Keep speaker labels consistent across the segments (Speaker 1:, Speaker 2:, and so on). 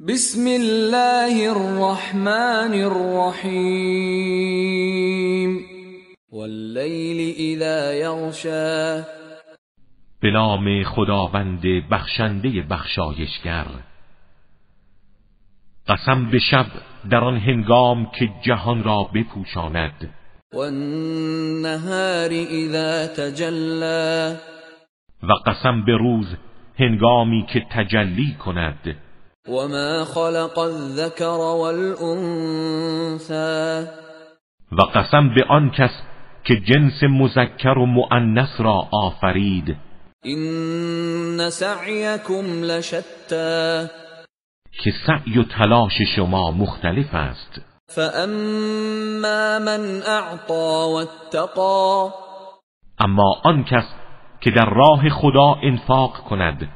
Speaker 1: بسم الله الرحمن الرحیم واللیل اذا یغشا
Speaker 2: به نام خداوند بخشنده بخشایشگر قسم به شب در آن هنگام که جهان را بپوشاند
Speaker 1: والنهار اذا تجلا
Speaker 2: و قسم به روز هنگامی که تجلی کند
Speaker 1: وما خلق الذكر والانثى
Speaker 2: و قسم به آن کس که جنس مذکر و مؤنث را آفرید
Speaker 1: ان سعيكم لشتى
Speaker 2: که سعی و تلاش شما مختلف است
Speaker 1: فاما من اعطى واتقى
Speaker 2: اما آن کس که در راه خدا انفاق کند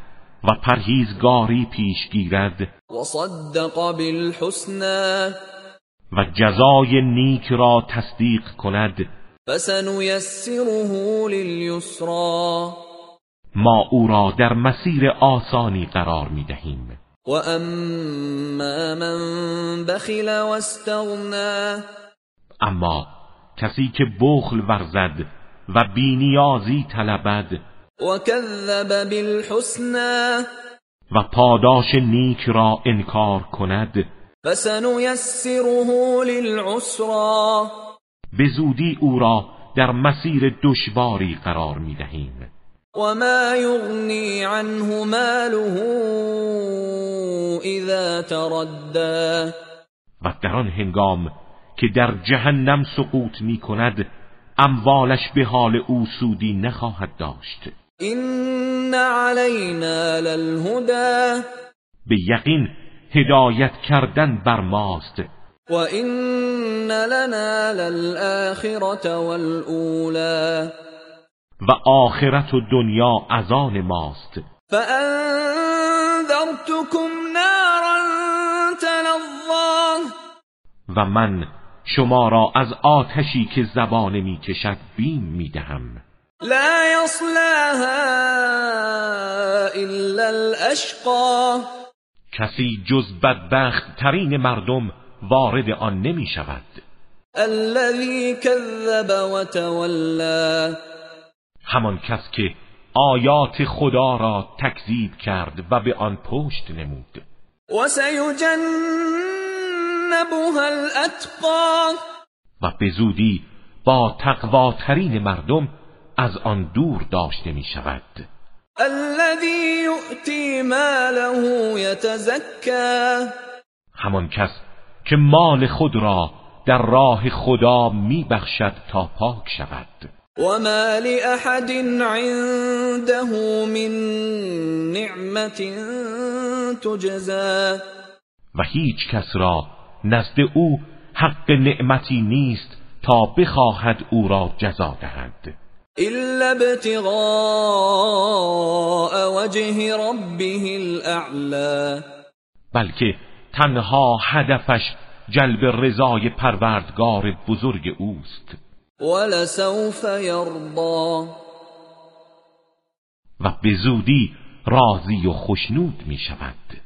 Speaker 2: و پرهیزگاری پیش گیرد
Speaker 1: وصدق بالحسنى
Speaker 2: و جزای نیک را تصدیق کند
Speaker 1: فسنيسره لليسرى
Speaker 2: ما او را در مسیر آسانی قرار می دهیم
Speaker 1: واما من بخل واستغنى
Speaker 2: اما کسی که بخل ورزد و بینیازی طلبد
Speaker 1: وكذب بالحسنى
Speaker 2: و پاداش نیک را انکار کند
Speaker 1: فسنيسره للعسرى
Speaker 2: به زودی او را در مسیر دشواری قرار می دهیم
Speaker 1: وما يغني عنه ماله اذا تردى
Speaker 2: و در آن هنگام که در جهنم سقوط می کند اموالش به حال او سودی نخواهد داشت
Speaker 1: ان علينا للهدى
Speaker 2: به یقین هدایت کردن بر ماست
Speaker 1: وان لنا للاخره والاولى
Speaker 2: و آخرت و دنیا از آن ماست
Speaker 1: فانذرتكم نارا تلظى
Speaker 2: و من شما را از آتشی که زبانه می کشد بیم می دهم
Speaker 1: لا يصلاها الا الاشقى
Speaker 2: کسی جز بدبخت ترین مردم وارد آن نمی شود
Speaker 1: الذي كذب وتولى
Speaker 2: همان کس که آیات خدا را تکذیب کرد و به آن پشت نمود
Speaker 1: وسيجنبها الاتقى
Speaker 2: و به زودی با تقواترین مردم از آن دور داشته می شود
Speaker 1: الذي يؤتي ماله يتزكى
Speaker 2: همان کس که مال خود را در راه خدا می بخشد تا پاک شود
Speaker 1: وما لاحد عنده من نعمه تجزى
Speaker 2: و هیچ کس را نزد او حق نعمتی نیست تا بخواهد او را جزا دهد
Speaker 1: الا ابتغاء وجه ربه الاعلى
Speaker 2: بلکه تنها هدفش جلب رضای پروردگار بزرگ اوست
Speaker 1: ولسوف يرضى
Speaker 2: و به زودی راضی و خشنود می شود